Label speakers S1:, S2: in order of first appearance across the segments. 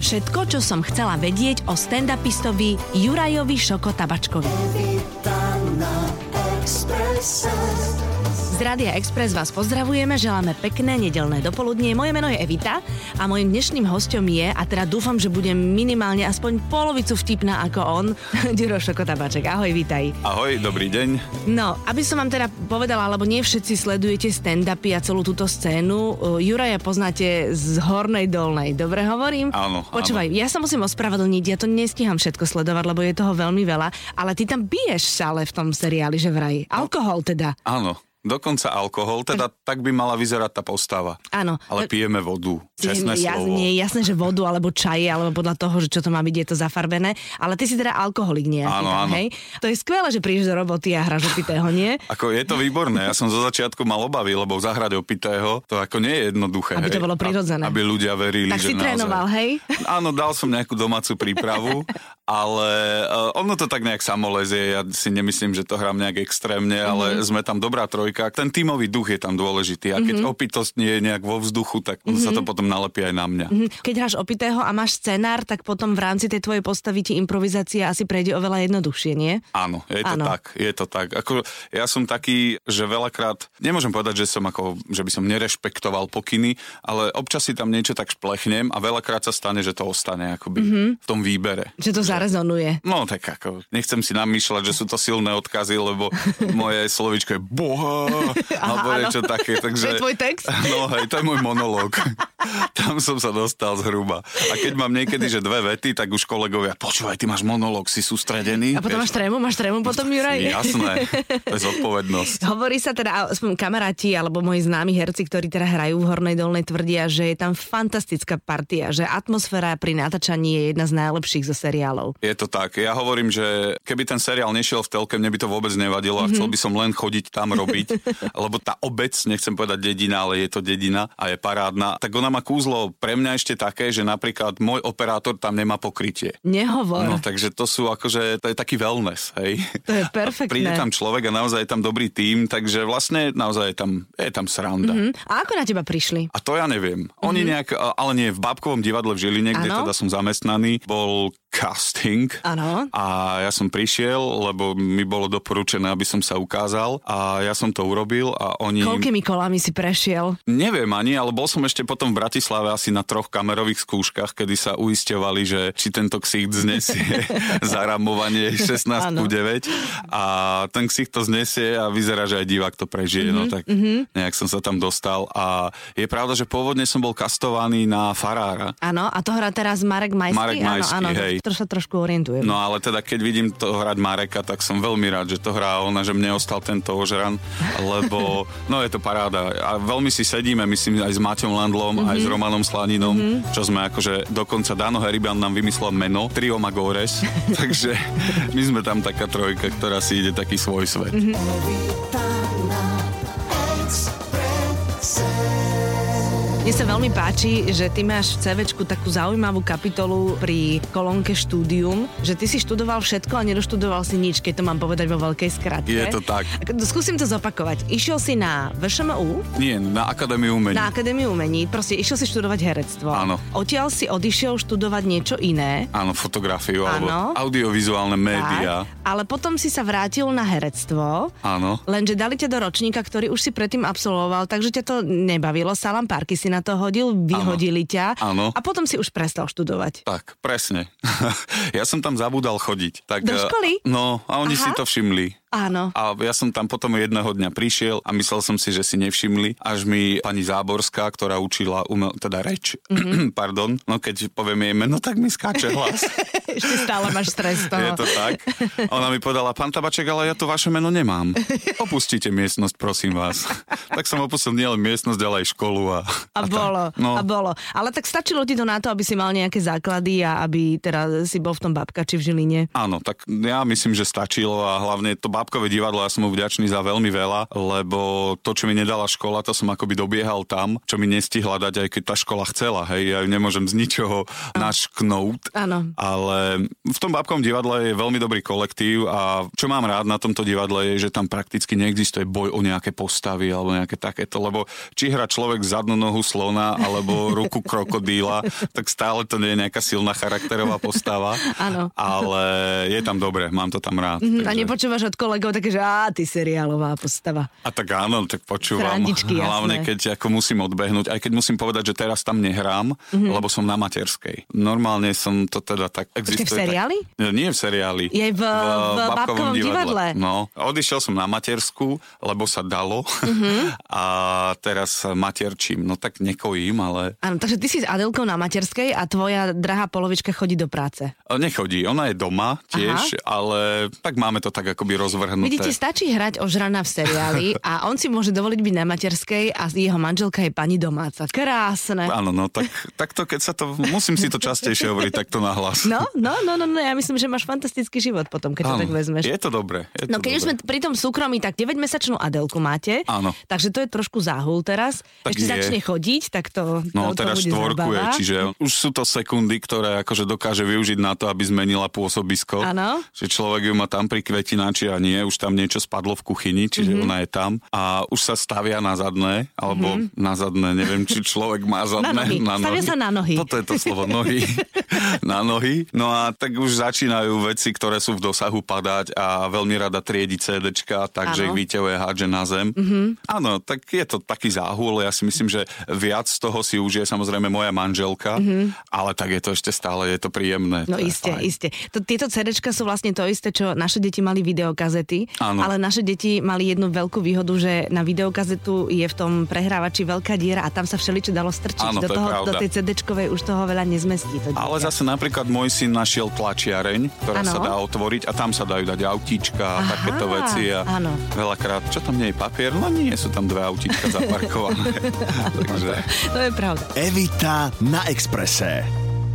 S1: všetko, čo som chcela vedieť o stand-upistovi Jurajovi Šoko Tabačkovi. Z Rádia Express vás pozdravujeme, želáme pekné nedelné dopoludnie. Moje meno je Evita a mojim dnešným hostom je, a teda dúfam, že budem minimálne aspoň polovicu vtipná ako on, Ďuro Šoko Tabaček. Ahoj, vítaj.
S2: Ahoj, dobrý deň.
S1: No, aby som vám teda povedala, lebo nie všetci sledujete stand-upy a celú túto scénu. Uh, Juraja poznáte z Hornej Dolnej, dobre hovorím?
S2: Áno,
S1: Počúvaj, ja sa musím ospravedlniť, ja to nestíham všetko sledovať, lebo je toho veľmi veľa, ale ty tam biješ sa ale v tom seriáli, že vraj.
S2: No.
S1: Alkohol teda.
S2: Áno, dokonca alkohol, teda tak by mala vyzerať tá postava.
S1: Hm. Áno.
S2: Ale pijeme vodu, čestné
S1: ja,
S2: slovo.
S1: Nie, jasné, že vodu alebo čaje, alebo podľa toho, že čo to má byť, je to zafarbené. Ale ty si teda alkoholik nejaký,
S2: Áno,
S1: tam,
S2: áno.
S1: hej? To je skvelé, že prídeš do roboty a hráš opitého, nie?
S2: Ako je to výborné, ja som zo začiatku mal obavy, lebo zahrať opitého, to ako nie je jednoduché.
S1: Aby to
S2: hej.
S1: bolo
S2: A-
S1: prirodzené.
S2: Aby ľudia verili,
S1: Tak
S2: že
S1: si
S2: naozaj...
S1: trénoval, hej?
S2: Áno, dal som nejakú domácu prípravu, ale uh, ono to tak nejak samolezie, ja si nemyslím, že to hrám nejak extrémne,
S1: Mhm.
S2: ale sme tam dobrá trojka. Ten tímový duch je tam dôležitý a keď opitosť nie je nejak vo vzduchu, tak mm-hmm. sa to potom nalepí aj na mňa.
S1: Mhm. Keď hráš opitého a máš scenár, tak potom v rámci tej tvojej postavy ti improvizácia asi prejde oveľa jednoduchšie, nie?
S2: Áno, je to
S1: Áno.
S2: ano. tak, je to tak. Ako, ja som taký, že veľakrát, nemôžem povedať, že som ako, že by som nerešpektoval pokyny, ale občas si tam niečo tak šplechnem a veľakrát sa stane, že to ostane akoby
S1: Mhm.
S2: mm-hmm. v tom výbere.
S1: Že to zarezonuje.
S2: No tak ako, nechcem si namýšľať, že sú to silné odkazy, lebo moje slovičko je boha, alebo
S1: áno.
S2: niečo také.
S1: To
S2: Takže,
S1: je tvoj text?
S2: No hej, to je môj monológ. Tam som sa dostal zhruba. A keď mám niekedy, že dve vety, tak už kolegovia, počúvaj, ty máš monológ, si sústredený.
S1: A potom máš trému, máš trému potom, Juraj?
S2: Jasné, to je zodpovednosť.
S1: Hovorí sa teda, aspoň kamaráti alebo moji známi herci, ktorí teda hrajú v Hornej Dolnej, tvrdia, že je tam fantastická partia, že atmosféra pri natáčaní je jedna z najlepších zo seriálov.
S2: Je to tak. Ja hovorím, že keby ten seriál nešiel v telke, mne by to vôbec nevadilo
S1: Mhm.
S2: a chcel by som len chodiť tam robiť, lebo tá obec, nechcem povedať dedina, ale je to dedina a je parádna. Tak ona má kúzlo pre mňa ešte také, že napríklad môj operátor tam nemá pokrytie.
S1: Nehovor.
S2: No, takže to sú akože, to je taký wellness, hej.
S1: To je
S2: A
S1: perfektné.
S2: Príde tam človek a naozaj je tam dobrý tím, takže vlastne naozaj je tam, je tam sranda. Mm-hmm.
S1: A ako na teba prišli?
S2: A to ja neviem. Oni mm-hmm. nejak, a- ale nie, v Bábkovom divadle v Žiline, kde
S1: Mhm. Áno.
S2: teda som zamestnaný, bol casting.
S1: Áno.
S2: A ja som prišiel, lebo mi bolo doporučené, aby som sa ukázal a ja som to urobil a oni...
S1: Koľkými kolami si prešiel?
S2: Neviem ani, ale bol som ešte potom v Bratislave asi na troch kamerových skúškach, kedy sa uisťovali, že či tento ksich znesie zaramovanie 16
S1: Áno.
S2: 9 a ten ksich to znesie a vyzerá, že aj divák to prežije, no tak nejak som sa tam dostal a je pravda, že pôvodne som bol kastovaný na farára,
S1: Áno, a to hrá teraz Marek Majský?
S2: Marek Majský,
S1: áno, áno,
S2: hej.
S1: To sa trošku orientujem.
S2: No ale teda, keď vidím to hrať Mareka, tak som veľmi rád, že to hrá ona, že mne ostal tento ožran, lebo no je to paráda. A veľmi si sedíme, myslím, aj s Maťom Landlom, mm-hmm. aj
S1: Mhm.
S2: s Romanom Slaninom, mm-hmm. čo sme akože, dokonca Dano Heriban nám vymyslel meno, Trio Magores, takže my sme tam taká trojka, ktorá si ide taký svoj svet.
S1: Mhm.
S2: Mm-hmm.
S1: Mne sa veľmi páči, že ty máš v CVčku takú zaujímavú kapitolu pri kolónke štúdium, že ty si študoval všetko a nedoštudoval si nič, keď to mám povedať vo veľkej skratke.
S2: Je to tak.
S1: Skúsim to zopakovať. Išiel si na VŠMU,
S2: Nie, na Akadémiu umení.
S1: na Akadémiu umení, proste išiel si študovať herectvo.
S2: Áno.
S1: Odtiaľ si odišiel študovať niečo iné.
S2: Áno, fotografiu alebo
S1: Áno.
S2: audiovizuálne médiá.
S1: Tak, ale potom si sa vrátil na herectvo.
S2: Áno.
S1: Lenže dali ťa do ročníka, ktorý už si predtým absolvoval, takže ťa to nebavilo. Salam Parky si na to hodil, vyhodili ťa.
S2: Áno.
S1: A potom si už prestal študovať.
S2: Tak, presne. ja som tam zabudal chodiť. Tak,
S1: Do
S2: eh,
S1: školy?
S2: No, a oni
S1: Aha.
S2: Aha. si to všimli.
S1: Áno.
S2: A ja som tam potom jedného dňa prišiel a myslel som si, že si nevšimli, až mi pani Záborská, ktorá učila umel, teda reč,
S1: Mhm.
S2: mm-hmm. pardon, no keď poviem jej meno, tak mi skáče hlas.
S1: Ešte stále máš stres z
S2: Je
S1: toho.
S2: to tak. Ona mi povedala, pán Tabaček, ale ja to vaše meno nemám. Opustite miestnosť, prosím vás. tak som opustil nielen miestnosť, ale aj školu. A,
S1: A
S2: tak.
S1: bolo, no. a bolo. Ale tak stačilo ti to na to, aby si mal nejaké základy a aby teda si bol v tom babkači v Žiline.
S2: Áno, tak ja myslím, že stačilo a hlavne to Bábkové divadlo, ja som mu vďačný za veľmi veľa, lebo to, čo mi nedala škola, to som akoby dobiehal tam, čo mi nestihla dať, aj keď tá škola chcela, hej, ja ju nemôžem z ničoho našknúť.
S1: Áno.
S2: Ale v tom Bábkovom divadle je veľmi dobrý kolektív a čo mám rád na tomto divadle je, že tam prakticky neexistuje boj o nejaké postavy alebo nejaké takéto, lebo či hra človek zadnú nohu slona alebo ruku krokodíla, tak stále to nie je nejaká silná charakterová postava.
S1: Áno.
S2: Ale je tam dobre, mám to tam rád.
S1: Mhm, Hm, A nepočúvaš od kolegov také, že á, ty seriálová postava.
S2: A tak áno, tak počúvam.
S1: Srandičky, jasné.
S2: Hlavne keď ako musím odbehnúť, aj keď musím povedať, že teraz tam nehrám,
S1: Mhm.
S2: mm-hmm. lebo som na materskej. Normálne som to teda tak... Existuje tak-
S1: seriáli?
S2: Nie, Nie v seriáli.
S1: Je v- v
S2: Babkovom
S1: Babkovom divadle.
S2: No, odišiel som na matersku, lebo sa dalo
S1: Mhm.
S2: mm-hmm. a teraz materčím. No tak nekojím, ale
S1: Áno, takže ty si s Adelkou na materskej a tvoja drahá polovička chodí do práce.
S2: nechodí. Ona je doma tiež, Aha. ale tak máme to tak akoby rozvrhnuté.
S1: Vidíte, stačí hrať ožrana v seriáli a on si môže dovoliť byť na materskej a jeho manželka je pani domáca. Krásne.
S2: Áno, no tak, tak to, keď sa to, musím si to častejšie hovoriť takto nahlas.
S1: No, no, no, no, no, ja myslím, že máš fantastický život potom, keď to
S2: Áno,
S1: tak vezmeš.
S2: Je to dobré. Je
S1: No
S2: to
S1: keď už
S2: dobré.
S1: sme t- pri tom súkromí, tak 9-mesačnú Adelku máte,
S2: Áno.
S1: takže to je trošku záhul teraz.
S2: Tak
S1: Ešte
S2: je.
S1: začne chodiť, tak to,
S2: No,
S1: to, to
S2: teraz
S1: bude
S2: štvorku je,
S1: zábava.
S2: čiže už sú to sekundy, ktoré akože dokáže využiť na to, aby zmenila pôsobisko.
S1: Áno.
S2: Že človek ju má tam pri kvetináči a nie, už tam niečo spadlo v kuchyni,
S1: Mhm.
S2: čiže mm-hmm. ona je tam a už sa stavia na zadné, alebo mm-hmm. na zadné, neviem, či človek má zadné.
S1: nohy. Stavia sa Mhm. na nohy.
S2: Toto je to slovo, nohy. na nohy. No a tak už začínajú veci, ktoré sú v dosahu padať a veľmi rada triedi CDčka,
S1: Áno.
S2: takže
S1: Mhm.
S2: ich výťahuje hádže na zem. Áno, tak je to taký záhul, ja si myslím, že viac z toho si užije samozrejme moja manželka, ale tak je to ešte stále, je to príjemné.
S1: Mhm. No
S2: to je
S1: iste,
S2: fajn.
S1: iste. To, tieto CDčka sú vlastne to isté, čo naše deti mali videokazety,
S2: Áno.
S1: ale naše deti mali jednu veľkú výhodu, že na videokazetu je v tom prehrávači veľká diera a tam sa všeličo dalo strčiť.
S2: Áno,
S1: do,
S2: to je
S1: toho, do
S2: pravda.
S1: tej CDčkovej už toho veľa nezmestí. To
S2: Ale
S1: dieťa.
S2: zase napríklad môj syn našiel tlačiareň, ktorá
S1: Áno.
S2: sa dá otvoriť a tam sa dajú dať autíčka a
S1: Aha,
S2: takéto veci. A
S1: áno.
S2: veľakrát, čo tam nie je papier? No nie, sú tam dve autíčka zaparkované. Takže...
S1: To je pravda.
S3: Evita na Exprese.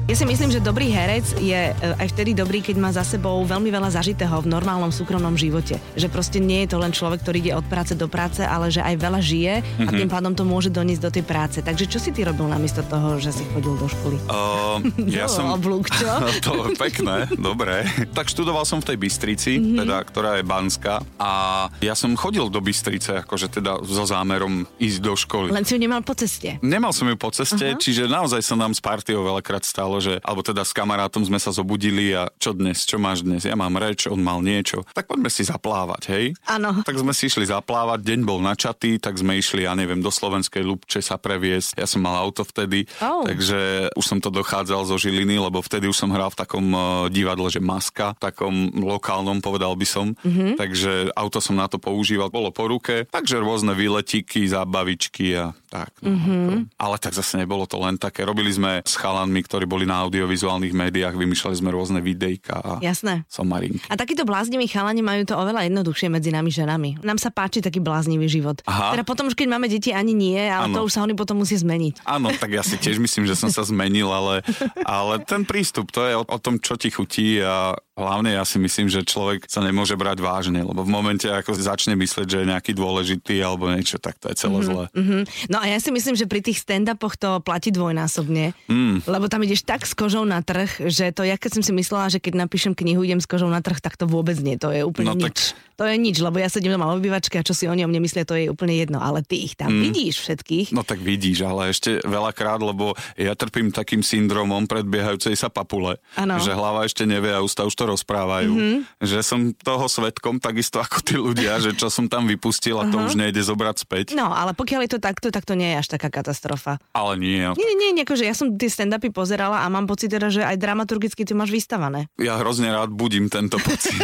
S1: Ja si myslím, že dobrý herec je e, aj vtedy dobrý, keď má za sebou veľmi veľa zažitého v normálnom súkromnom živote. Že proste nie je to len človek, ktorý ide od práce do práce, ale že aj veľa žije a
S2: Mhm.
S1: tým pádom to môže doniesť do tej práce. Takže čo si ty robil namiesto toho, že si chodil do školy?
S2: Uh,
S1: No,
S2: ja som...
S1: oblúk, čo?
S2: to je pekné, dobre. Tak študoval som v tej Bystrici, mm-hmm.
S1: Mhm.
S2: teda, ktorá je Banská. A ja som chodil do Bystrice, akože teda so zámerom ísť do školy.
S1: Len si ju nemal po ceste.
S2: Nemal som ju po ceste, uh-huh. čiže naozaj sa nám s partiou veľakrát stalo, že, alebo teda s kamarátom sme sa zobudili a čo dnes, čo máš dnes, ja mám reč, on mal niečo, tak poďme si zaplávať, hej?
S1: Áno.
S2: Tak sme si išli zaplávať, deň bol načatý, tak sme išli, ja neviem, do slovenskej Lubče sa previesť, ja som mal auto vtedy,
S1: Oh.
S2: takže už som to dochádzal zo Žiliny, lebo vtedy už som hral v takom eh, divadle, že Maska, takom lokálnom, povedal by som, uh-huh. takže auto som na to používal, bolo po ruke, takže rôzne výletiky, zábavičky a tak. No. Ale tak zase nebolo to len také. Robili sme s chalanmi, ktorí boli na audiovizuálnych médiách, vymýšľali sme rôzne videjka a
S1: Jasné.
S2: somarinky.
S1: A takíto blázniví chalani majú to oveľa jednoduchšie medzi nami ženami. Nám sa páči taký bláznivý život.
S2: Aha.
S1: Teda potom už keď máme deti ani nie, ale
S2: Áno.
S1: to už sa oni potom musia zmeniť.
S2: Áno, tak ja si tiež myslím, že som sa zmenil, ale, ale ten prístup, to je o, o tom, čo ti chutí a hlavne ja si myslím, že človek sa nemôže brať vážne, lebo v momente, ako začne myslieť, že je nejaký dôležitý alebo niečo, tak to je celé zlé.
S1: Mhm. No a ja si myslím, že pri tých stand-upoch to platí dvojnásobne, mm. lebo tam ideš tak s kožou na trh, že to ja keď som si myslela, že keď napíšem knihu, idem s kožou na trh, tak to vôbec nie, to je úplne
S2: No tak-
S1: nič. To je nič, lebo ja sedím doma v obývačke a čo si oni o mne myslia, to je úplne jedno, ale ty ich tam vidíš všetkých.
S2: Mm. No tak vidíš, ale ešte veľakrát, lebo ja trpím takým syndromom predbiehajúcej sa papule,
S1: Áno. Mhm.
S2: že hlava ešte nevie a ústa už to rozprávajú. Mm-hmm. Že som toho svetkom takisto ako tí ľudia, že čo som tam vypustil a to už nejde zobrať späť.
S1: No, ale pokiaľ je to takto, tak to nie je až taká katastrofa.
S2: Ale nie,
S1: Nie, nie, nie, akože ja som tie stand-upy pozerala a mám pocit teda, že aj dramaturgicky ty máš vystavané.
S2: ja hrozne rád budím tento pocit.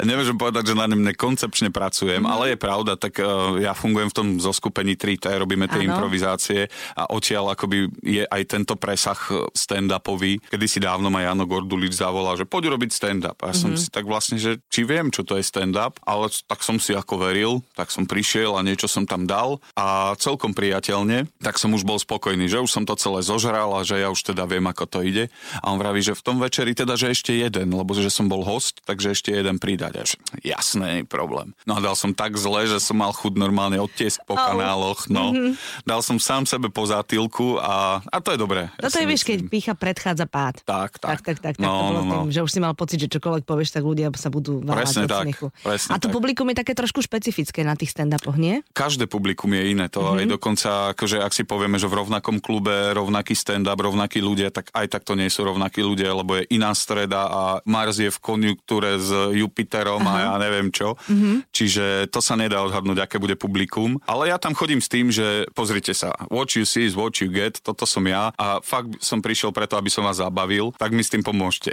S2: Nemôžem povedať, že na ňom nekoncepčne pracujem, mm. ale je pravda, tak uh, ja fungujem v tom zoskupení 3T, robíme tie
S1: Áno.
S2: improvizácie a odtiaľ akoby je aj tento presah eh, stand-upový. Kedy si dávno ma Jano Gordulič zavolal, že poď robiť stand-up. A ja
S1: Mhm.
S2: som si tak vlastne, že či viem, čo to je stand-up, ale s- tak som si ako veril, tak som prišiel a niečo som tam dal a celkom priateľne, tak som už bol spokojný, že už som to celé zožral a že ja už teda viem, ako to ide. A on vraví, že v tom večeri teda, že ešte jeden, lebo že som bol host, takže ešte jeden pridať. Až, jasné, jasné, nie je problém. No a dal som tak zle, že som mal chud normálne odtiesk po
S1: Au.
S2: kanáloch, no.
S1: Mm-hmm.
S2: Dal som sám sebe po zátilku a, a to je dobré.
S1: Toto No
S2: si
S1: je, vieš, keď
S2: myslím.
S1: pícha predchádza pád.
S2: Tak,
S1: Tak,
S2: tak.
S1: tak, tak, tak. to
S2: No,
S1: bolo
S2: no,
S1: tým,
S2: no.
S1: že už si mal pocit, že čokoľvek povieš, tak ľudia sa budú
S2: Presne
S1: váhať od
S2: tak,
S1: smiechu.
S2: presne
S1: A to
S2: tak.
S1: publikum je také trošku špecifické na tých stand-upoch, nie?
S2: každé publikum je iné. To mm-hmm. aj dokonca, akože ak si povieme, že v rovnakom klube rovnaký stand-up, rovnakí ľudia, tak aj tak to nie sú rovnakí ľudia, lebo je iná streda a Mars je v konjunktúre s Jupiterom Aha. a ja neviem čo. Mm-hmm. Čiže to sa nedá odhadnúť, aké bude publikum. Ale ja tam chodím s tým, že pozrite sa, what you see is what you get, toto som ja a fakt som prišiel preto, aby som vás zabavil, tak mi s tým pomôžte.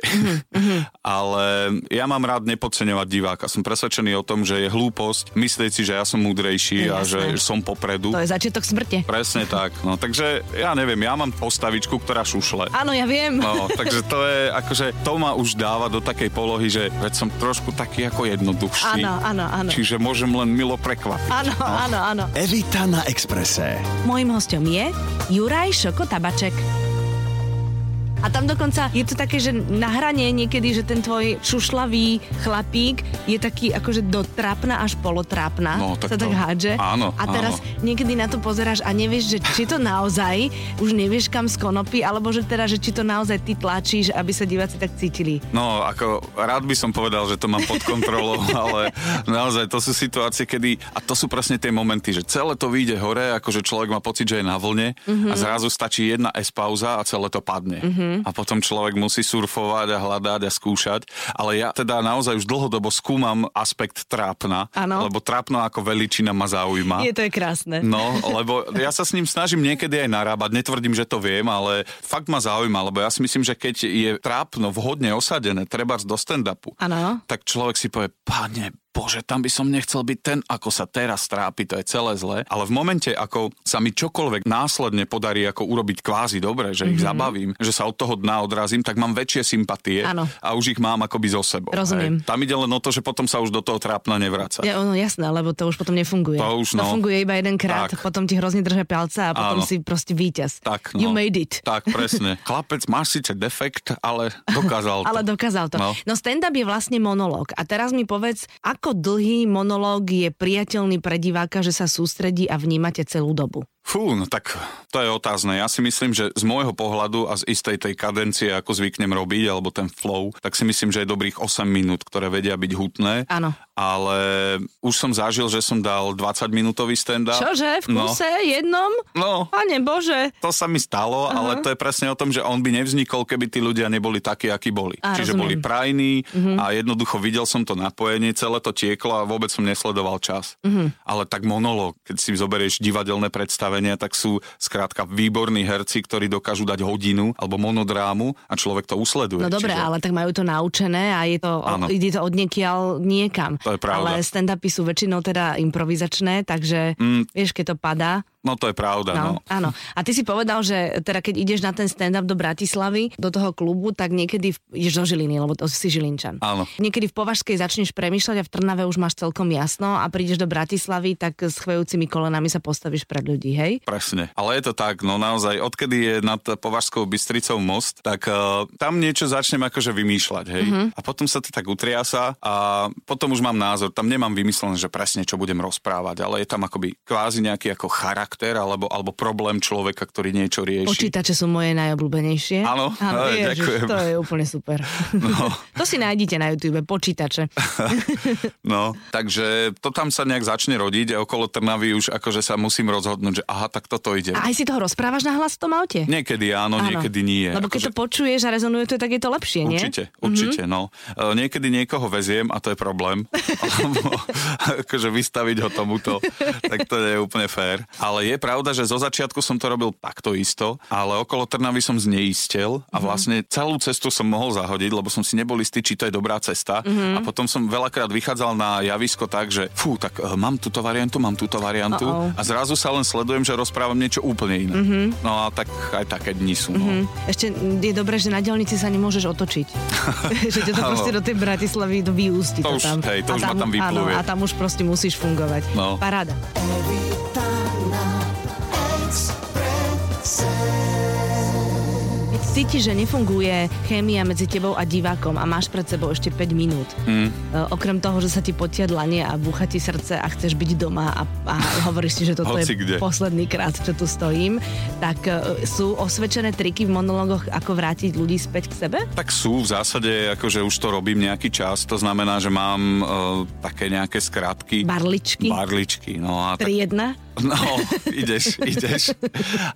S2: Ale ja mám rád nepodceňovať diváka. Som presvedčený o tom, že je hlúposť myslieť si, že ja som múdrejší a že
S1: Jasné.
S2: som popredu.
S1: To je začiatok smrte.
S2: Presne tak. No, takže ja neviem, ja mám postavičku, ktorá šušle.
S1: Áno, ja viem.
S2: No, takže to je, akože to ma už dáva do takej polohy, že veď som trošku taký ako jednoduchší.
S1: Áno, áno, áno.
S2: Čiže môžem len milo prekvapiť. No.
S1: Áno, áno, áno.
S3: Evita na Exprese.
S1: Mojím hostom je Juraj Šoko Tabaček. A tam dokonca je to také, že na hranie niekedy, že ten tvoj šušlavý chlapík je taký akože dotrapná až polotrápna.
S2: No,
S1: sa
S2: tak
S1: tak
S2: to-
S1: hádže.
S2: áno,
S1: A teraz niekedy na to pozeráš a nevieš, že či to naozaj už nevieš kam z konopy, alebo že teda, že či to naozaj ty tlačíš, aby sa diváci tak cítili.
S2: No, ako rád by som povedal, že to mám pod kontrolou, ale naozaj to sú situácie, kedy, a to sú presne tie momenty, že celé to vyjde hore, akože človek má pocit, že je na vlne
S1: Mhm.
S2: mm-hmm. a zrazu stačí jedna S pauza a celé to padne. Mm-hmm. A potom človek musí surfovať a hľadať a skúšať, ale ja teda naozaj už dlhodobo skúmam aspekt trápna,
S1: Áno.
S2: lebo trápno ako veličina ma zaujíma.
S1: Je to je krásne.
S2: No, lebo ja sa s ním snažím niekedy aj narábať, netvrdím, že to viem, ale fakt ma zaujíma, lebo ja si myslím, že keď je trápno vhodne osadené, treba do stand-upu,
S1: Áno.
S2: tak človek si povie, pane Bože, tam by som nechcel byť ten, ako sa teraz trápi, to je celé zlé. Ale v momente, ako sa mi čokoľvek následne podarí ako urobiť kvázi
S1: Mhm.
S2: dobre, že mm-hmm. ich zabavím, že sa od toho dna odrazím, tak mám väčšie sympatie
S1: Áno.
S2: a už ich mám akoby zo sebou.
S1: Rozumiem.
S2: Hej. Tam ide len o to, že potom sa už do toho trápna nevráca.
S1: Ja, ono, jasné, lebo to už potom nefunguje.
S2: To už,
S1: to
S2: no.
S1: funguje iba jedenkrát,
S2: Tak.
S1: potom ti hrozne držia palca a potom
S2: Áno.
S1: si proste víťaz.
S2: Tak,
S1: You
S2: no.
S1: made it.
S2: Tak, presne. Chlapec má síce defekt, ale dokázal to.
S1: Ale dokázal to. No,
S2: No.
S1: no stand-up je vlastne monológ. A teraz mi povedz, ako dlhý monológ je priateľný pre diváka, že sa sústredí a vnímate celú dobu?
S2: Fú, no tak to je otázne. Ja si myslím, že z môjho pohľadu a z istej tej kadencie, ako zvyknem robiť, alebo ten flow, tak si myslím, že je dobrých 8 minút, ktoré vedia byť hutné.
S1: Áno.
S2: Ale už som zažil, že som dal 20-minútový stand-up.
S1: Čože? V kuse? Jednom?
S2: No, no,
S1: Pane Bože.
S2: to sa mi stalo, ale to je presne o tom, že on by nevznikol, keby tí ľudia neboli takí, akí boli.
S1: Á,
S2: Čiže
S1: rozumiem.
S2: boli
S1: Mhm.
S2: prajní a jednoducho videl som to napojenie, celé to tieklo a vôbec som nesledoval čas.
S1: Mhm.
S2: Ale tak monológ, keď si zoberieš divadelné predstavenia, tak sú skrátka výborní herci, ktorí dokážu dať hodinu alebo monodrámu a človek to usleduje.
S1: No dobre,
S2: Čiže-
S1: ale tak majú to naučené a je to,
S2: Áno.
S1: o, ide to od niekiaľ niekam.
S2: To je pravda.
S1: Ale stand-upy sú väčšinou teda improvizačné, takže mm. vieš, keď to padá,
S2: No to je pravda,
S1: No,
S2: no.
S1: áno. A ty si povedal, že teda keď ideš na ten stand-up do Bratislavy, do toho klubu, tak niekedy v, ideš do Žiliny, lebo to si Žilinčan.
S2: Áno.
S1: Niekedy v Považskej začneš premýšľať a v Trnave už máš celkom jasno a prídeš do Bratislavy, tak s chvejúcimi kolenami sa postavíš pred ľudí, hej?
S2: Presne. Ale je to tak, no naozaj, odkedy je nad Považskou Bystricou most, tak uh, tam niečo začnem akože vymýšľať, hej.
S1: Mhm.
S2: A potom sa to tak utriasa a potom už mám názor, tam nemám vymyslené, že presne čo budem rozprávať, ale je tam akoby kvázi nejaký ako charakter alebo, alebo problém človeka, ktorý niečo rieši.
S1: Počítače sú moje najobľúbenejšie.
S2: Áno, ale
S1: ježiš,
S2: ďakujem.
S1: To je úplne super.
S2: No.
S1: to si nájdete na YouTube, počítače.
S2: No, takže to tam sa nejak začne rodiť a okolo Trnavy už akože sa musím rozhodnúť, že aha, tak toto ide.
S1: A aj si toho rozprávaš na hlas v tom aute?
S2: Niekedy áno,
S1: Áno.
S2: no niekedy nie.
S1: Lebo keď
S2: Akože-
S1: to počuješ a rezonuje to, tak je to lepšie, nie?
S2: Určite, určite, no. E, Niekedy niekoho veziem a to je problém. Lebo akože vystaviť ho tomuto, tak to nie je úplne fér. Ale je pravda, že zo začiatku som to robil takto isto, ale okolo Trnavy som zneistel a vlastne celú cestu som mohol zahodiť, lebo som si nebol istý, či to je dobrá cesta. A potom som veľakrát vychádzal na javisko tak, že fú, tak e, mám túto variantu, mám túto variantu
S1: Uh-oh.
S2: a zrazu sa len sledujem, že rozprávam niečo úplne iné. No a tak aj také dni sú.
S1: Mhm.
S2: No.
S1: Hm. Ešte je dobré, že na dielnici sa nemôžeš otočiť. že ťa to
S2: Áno.
S1: proste do tej Bratislavy do vyústi.
S2: To už,
S1: tam.
S2: hej,
S1: a
S2: to už ma tam
S1: áno,
S2: vypluje.
S1: a tam už proste musíš fungovať.
S2: No.
S1: Paráda.
S4: Evita na Express.
S1: cítiš, že nefunguje chémia medzi tebou a divákom a máš pred sebou ešte 5 minút.
S2: Hm.
S1: Mm. Okrem toho, že sa ti potia dlanie a búcha ti srdce a chceš byť doma a, a hovoríš si, že toto je
S2: Hoci kde.
S1: posledný krát, čo tu stojím, tak e, sú osvedčené triky v monologoch, ako vrátiť ľudí späť k sebe?
S2: Tak sú v zásade, akože už to robím nejaký čas, to znamená, že mám uh, také nejaké skratky.
S1: Barličky?
S2: Barličky, no a tak
S1: 3-1?
S2: No, ideš, ideš.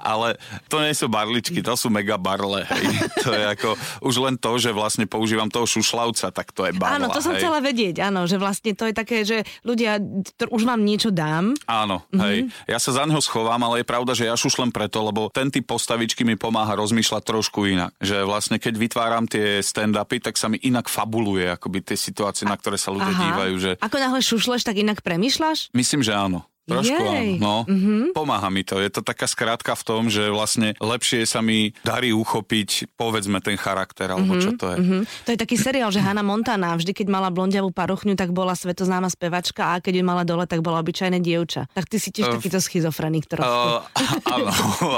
S2: Ale to nie sú barličky, to sú mega barle. Hej. To je ako, už len to, že vlastne používam toho šušlavca, tak to je barla.
S1: Áno, to som
S2: hej.
S1: chcela vedieť, áno, že vlastne to je také, že ľudia, tr- už vám niečo dám,
S2: Áno, hej. Ja sa za neho schovám, ale je pravda, že ja šušlem preto, lebo ten typ postavičky mi pomáha rozmýšľať trošku inak. Že vlastne keď vytváram tie stand-upy, tak sa mi inak fabuluje, akoby tie situácie, na ktoré sa ľudia dívajú, že
S1: Ako náhle šušleš, tak inak premýšľaš?
S2: Myslím, že áno. Trošku
S1: Jej.
S2: áno, no. Pomáha mi to. Je to taká skrátka v tom, že vlastne lepšie sa mi darí uchopiť, povedzme, ten charakter, alebo čo to je.
S1: Hm. To je taký seriál, že Hanna Montana vždy, keď mala blondiavú parochňu, tak bola svetoznáma spevačka a keď ju mala dole, tak bola obyčajné dievča. Tak ty si tiež takýto schizofrenik trošku.
S2: Uh, áno,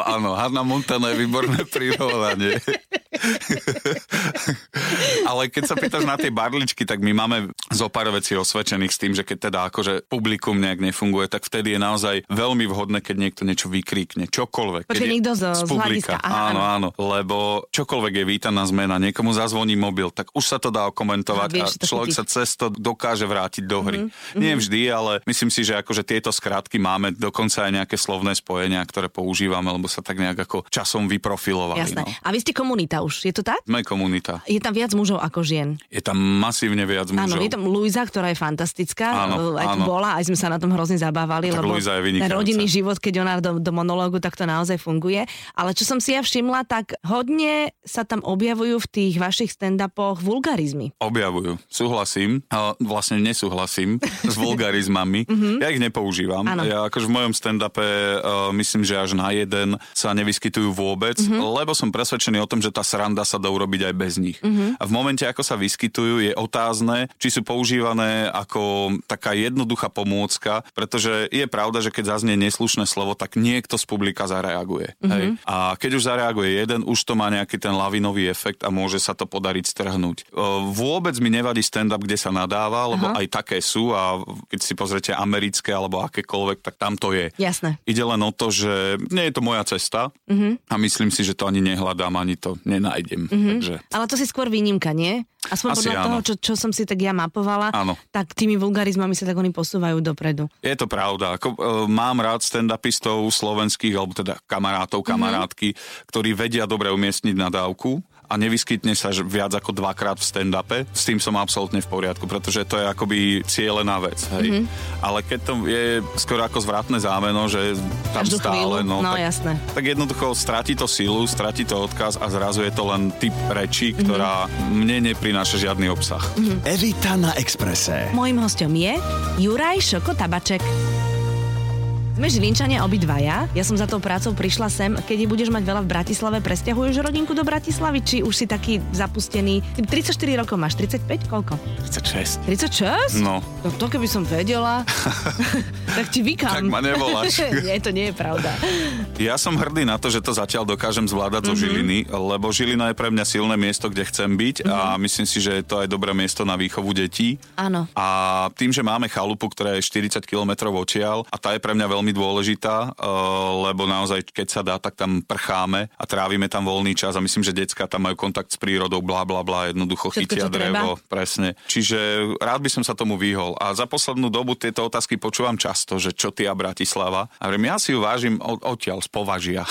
S2: áno, Hanna Montana je výborné prirovnanie. Ale keď sa pýtaš na tie barličky, tak my máme zo pár vecí osvedčených s tým, že keď teda akože publikum nejak nefunguje, tak vtedy je naozaj veľmi vhodné, keď niekto niečo vykríkne, čokoľvek.
S1: Počkaj,
S2: Keď je-
S1: niekto z- z hľadiska,
S2: publika.
S1: aha,
S2: áno, áno, lebo čokoľvek je vítaná zmena, niekomu zazvoní mobil, tak už sa to dá okomentovať
S1: A
S2: a,
S1: vieš, to
S2: človek
S1: chytíš.
S2: sa cez to dokáže vrátiť do
S1: Mhm.
S2: hry. Mm-hmm. Nie vždy, ale myslím si, že akože tieto skratky máme dokonca aj nejaké slovné spojenia, ktoré používame, lebo sa tak nejak ako časom vyprofilovali.
S1: Jasné.
S2: No.
S1: A vy ste komunita už, je to tak?
S2: Sme komunita.
S1: Je tam viac mužov ako žien.
S2: Je tam masívne viac
S1: Áno,
S2: mužov.
S1: je tam Luisa, ktorá je fantastická,
S2: Áno,
S1: aj tu
S2: áno. No
S1: bola, aj sme sa na tom hrozne zabávali,
S2: Tak
S1: lebo
S2: Luisa je
S1: ten
S2: vynikajúca.
S1: rodinný život, keď ona do, do monológu, tak to naozaj funguje. Ale čo som si ja všimla, tak hodne sa tam objavujú v tých vašich stand-upoch vulgarizmy.
S2: Objavujú. Súhlasím, a vlastne nesúhlasím s vulgarizmami. ja ich nepoužívam.
S1: Áno.
S2: Ja akož v mojom stand-upe uh, myslím, že až na jeden sa nevyskytujú vôbec, lebo som presvedčený o tom, že tá sranda sa dá urobiť aj bez nich. A v momente, ako sa vyskytujú, je otázne, či sú používané ako taká jednoduchá pomôcka, pretože je pravda, že keď zaznie neslušné slovo, tak niekto z publika zareaguje. Hej? A keď už zareaguje jeden, už to má nejaký ten lavinový efekt a môže sa to podariť strhnúť. E, Vôbec mi nevadí stand-up, kde sa nadáva, lebo
S1: Aha.
S2: aj také sú a keď si pozrete americké alebo akékoľvek, tak tam to je.
S1: Jasné.
S2: Ide len o to, že nie je to moja cesta a myslím si, že to ani nehľadám, ani to nenájdem. Takže
S1: Ale to si skôr výnimka, nie? Aspoň
S2: Asi
S1: podľa
S2: áno.
S1: toho, čo, čo som si tak ja mapovala,
S2: Áno.
S1: tak tými vulgarizmami sa tak oni posúvajú dopredu.
S2: Je to pravda. Ako, e, mám rád stand-upistov slovenských, alebo
S1: Mhm.
S2: teda kamarátov, kamarátky, mm-hmm. ktorí vedia dobre umiestniť na dávku a nevyskytne sa že viac ako dvakrát v stand-upe. S tým som absolútne v poriadku, pretože to je akoby cielená vec.
S1: Mhm.
S2: Hej. Mm-hmm. Ale keď to je skoro ako zvratné zámeno, že tam
S1: Každú
S2: stále...
S1: chvíľu. no
S2: tak,
S1: jasné.
S2: tak jednoducho stratí to sílu, stratí to odkaz a zrazu je to len typ
S1: Mhm.
S2: reči, ktorá mne neprináša žiadny obsah.
S3: Evita na Exprese.
S1: Mojím hostom je Juraj Šoko Tabaček. Sme Žilinčania obidvaja. Ja som za tou prácou prišla sem. Keď je budeš mať veľa v Bratislave, presťahuješ rodinku do Bratislavy? Či už si taký zapustený? Ty 34 rokov máš, 35? Koľko?
S2: 36.
S1: 36?
S2: No.
S1: No to keby som vedela, tak ti vykam.
S2: Tak ma nevoláš.
S1: nie, to nie je pravda.
S2: Ja som hrdý na to, že to zatiaľ dokážem zvládať mm-hmm. zo Žiliny, lebo Žilina je pre mňa silné miesto, kde chcem byť mm-hmm. a myslím si, že je to aj dobré miesto na výchovu detí.
S1: Áno.
S2: A tým, že máme chalupu, ktorá je 40 km odtiaľ a tá je pre mňa veľmi dôležitá, eh, lebo naozaj, keď sa dá, tak tam prcháme a trávime tam voľný čas a myslím, že decka tam majú kontakt s prírodou, bla bla bla, jednoducho
S1: Všetko,
S2: chytia
S1: čo treba.
S2: drevo, presne. Čiže rád by som sa tomu vyhol. A za poslednú dobu tieto otázky počúvam často, že čo ty a Bratislava. A hovorím, ja si ju vážim od, odtiaľ, z považia.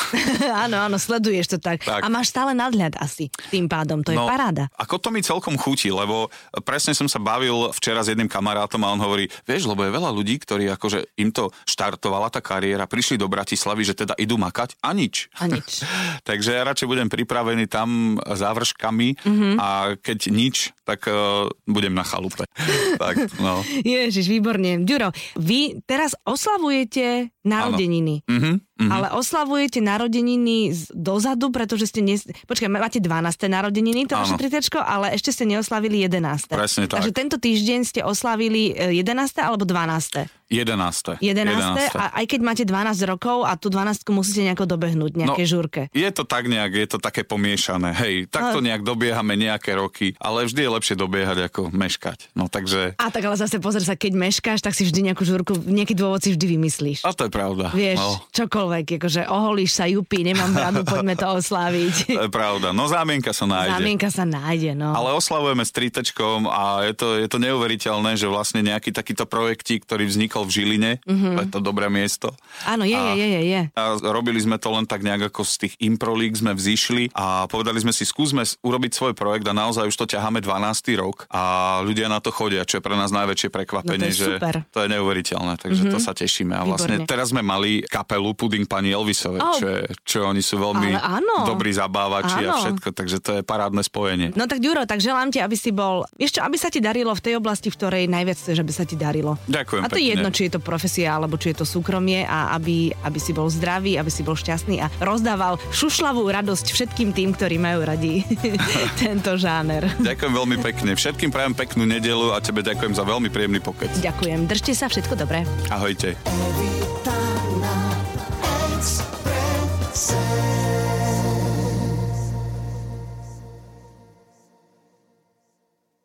S1: áno, áno, sleduješ to tak.
S2: Tak.
S1: A
S2: No.
S1: máš stále nadhľad asi. Tým pádom, to je paráda.
S2: Ako to mi celkom chutí, lebo presne som sa bavil včera s jedným kamarátom a on hovorí, vieš, lebo je veľa ľudí, ktorí akože im to štartovala tá kariéra, prišli do Bratislavy, že teda idú makať a nič.
S1: A nič.
S2: Takže ja radšej budem pripravený tam závrškami
S1: Mhm.
S2: mm-hmm. a keď nič, tak uh, budem na chalupe. tak, no.
S1: Ježiš, výborne. Ďuro, vy teraz oslavujete narodeniny.
S2: Mhm.
S1: ale oslavujete narodeniny z- dozadu, pretože ste... Nes... Počkaj, máte 12. narodeniny, to vaše
S2: Áno.
S1: tritečko, ale ešte ste neoslavili 11.
S2: Presne tak.
S1: Takže tento týždeň ste oslavili e, 11. alebo 12.
S2: 11.
S1: 11. A aj keď máte 12 rokov a tú 12 musíte nejako dobehnúť
S2: No.
S1: nejakej žurke.
S2: Je to tak nejak, je to také pomiešané. Hej, takto
S1: Ale-
S2: nejak dobiehame nejaké roky, ale vždy je lepšie dobiehať ako meškať. No takže,
S1: A tak ale zase pozri sa, keď meškáš, tak si vždy nejakú žurku, nejaký dôvod si vždy vymyslíš.
S2: a to je pravda.
S1: Vieš,
S2: No.
S1: čokoľvek, akože oholíš sa, jupi, nemám radu, poďme to osláviť.
S2: To je pravda. No zámienka sa nájde.
S1: Zámienka sa nájde, no.
S2: Ale oslavujeme s tritečkom a je to, je to neuveriteľné, že vlastne nejaký takýto projektík, ktorý vznikol v Žiline, mm-hmm. to je to dobré miesto.
S1: Mhm. Áno, je, je, je, je, je.
S2: A robili sme to len tak nejak ako z tých improlík sme vzýšli a povedali sme si, skúsme s- urobiť svoj projekt a naozaj už to ťaháme 12. rok a ľudia na to chodia, čo je pre nás najväčšie prekvapenie,
S1: No to je
S2: že
S1: super. Mhm.
S2: to je neuveriteľné, takže mm-hmm. to sa tešíme. A vlastne
S1: Výborne.
S2: teraz sme mali kapelu Puding pani Elvisovej,
S1: Oh.
S2: čo, je, čo oni sú veľmi
S1: Ale áno.
S2: dobrí zabávači a
S1: Áno.
S2: všetko, takže to je parádne spojenie.
S1: No tak Ďuro, tak želám ti, aby si bol, vieš čo, aby sa ti darilo v tej oblasti, v ktorej najviac chceš, aby sa ti darilo.
S2: Ďakujem
S1: A to je
S2: pekne.
S1: jedno, či je to profesia, alebo či je to súkromie a aby, aby si bol zdravý, aby si bol šťastný a rozdával šušlavú radosť všetkým tým, ktorí majú radi tento žáner.
S2: Ďakujem veľmi pekne. Všetkým prajem peknú nedelu a tebe ďakujem za veľmi príjemný pokec.
S1: Ďakujem, držte sa, všetko dobré.
S2: Ahojte.
S4: Every time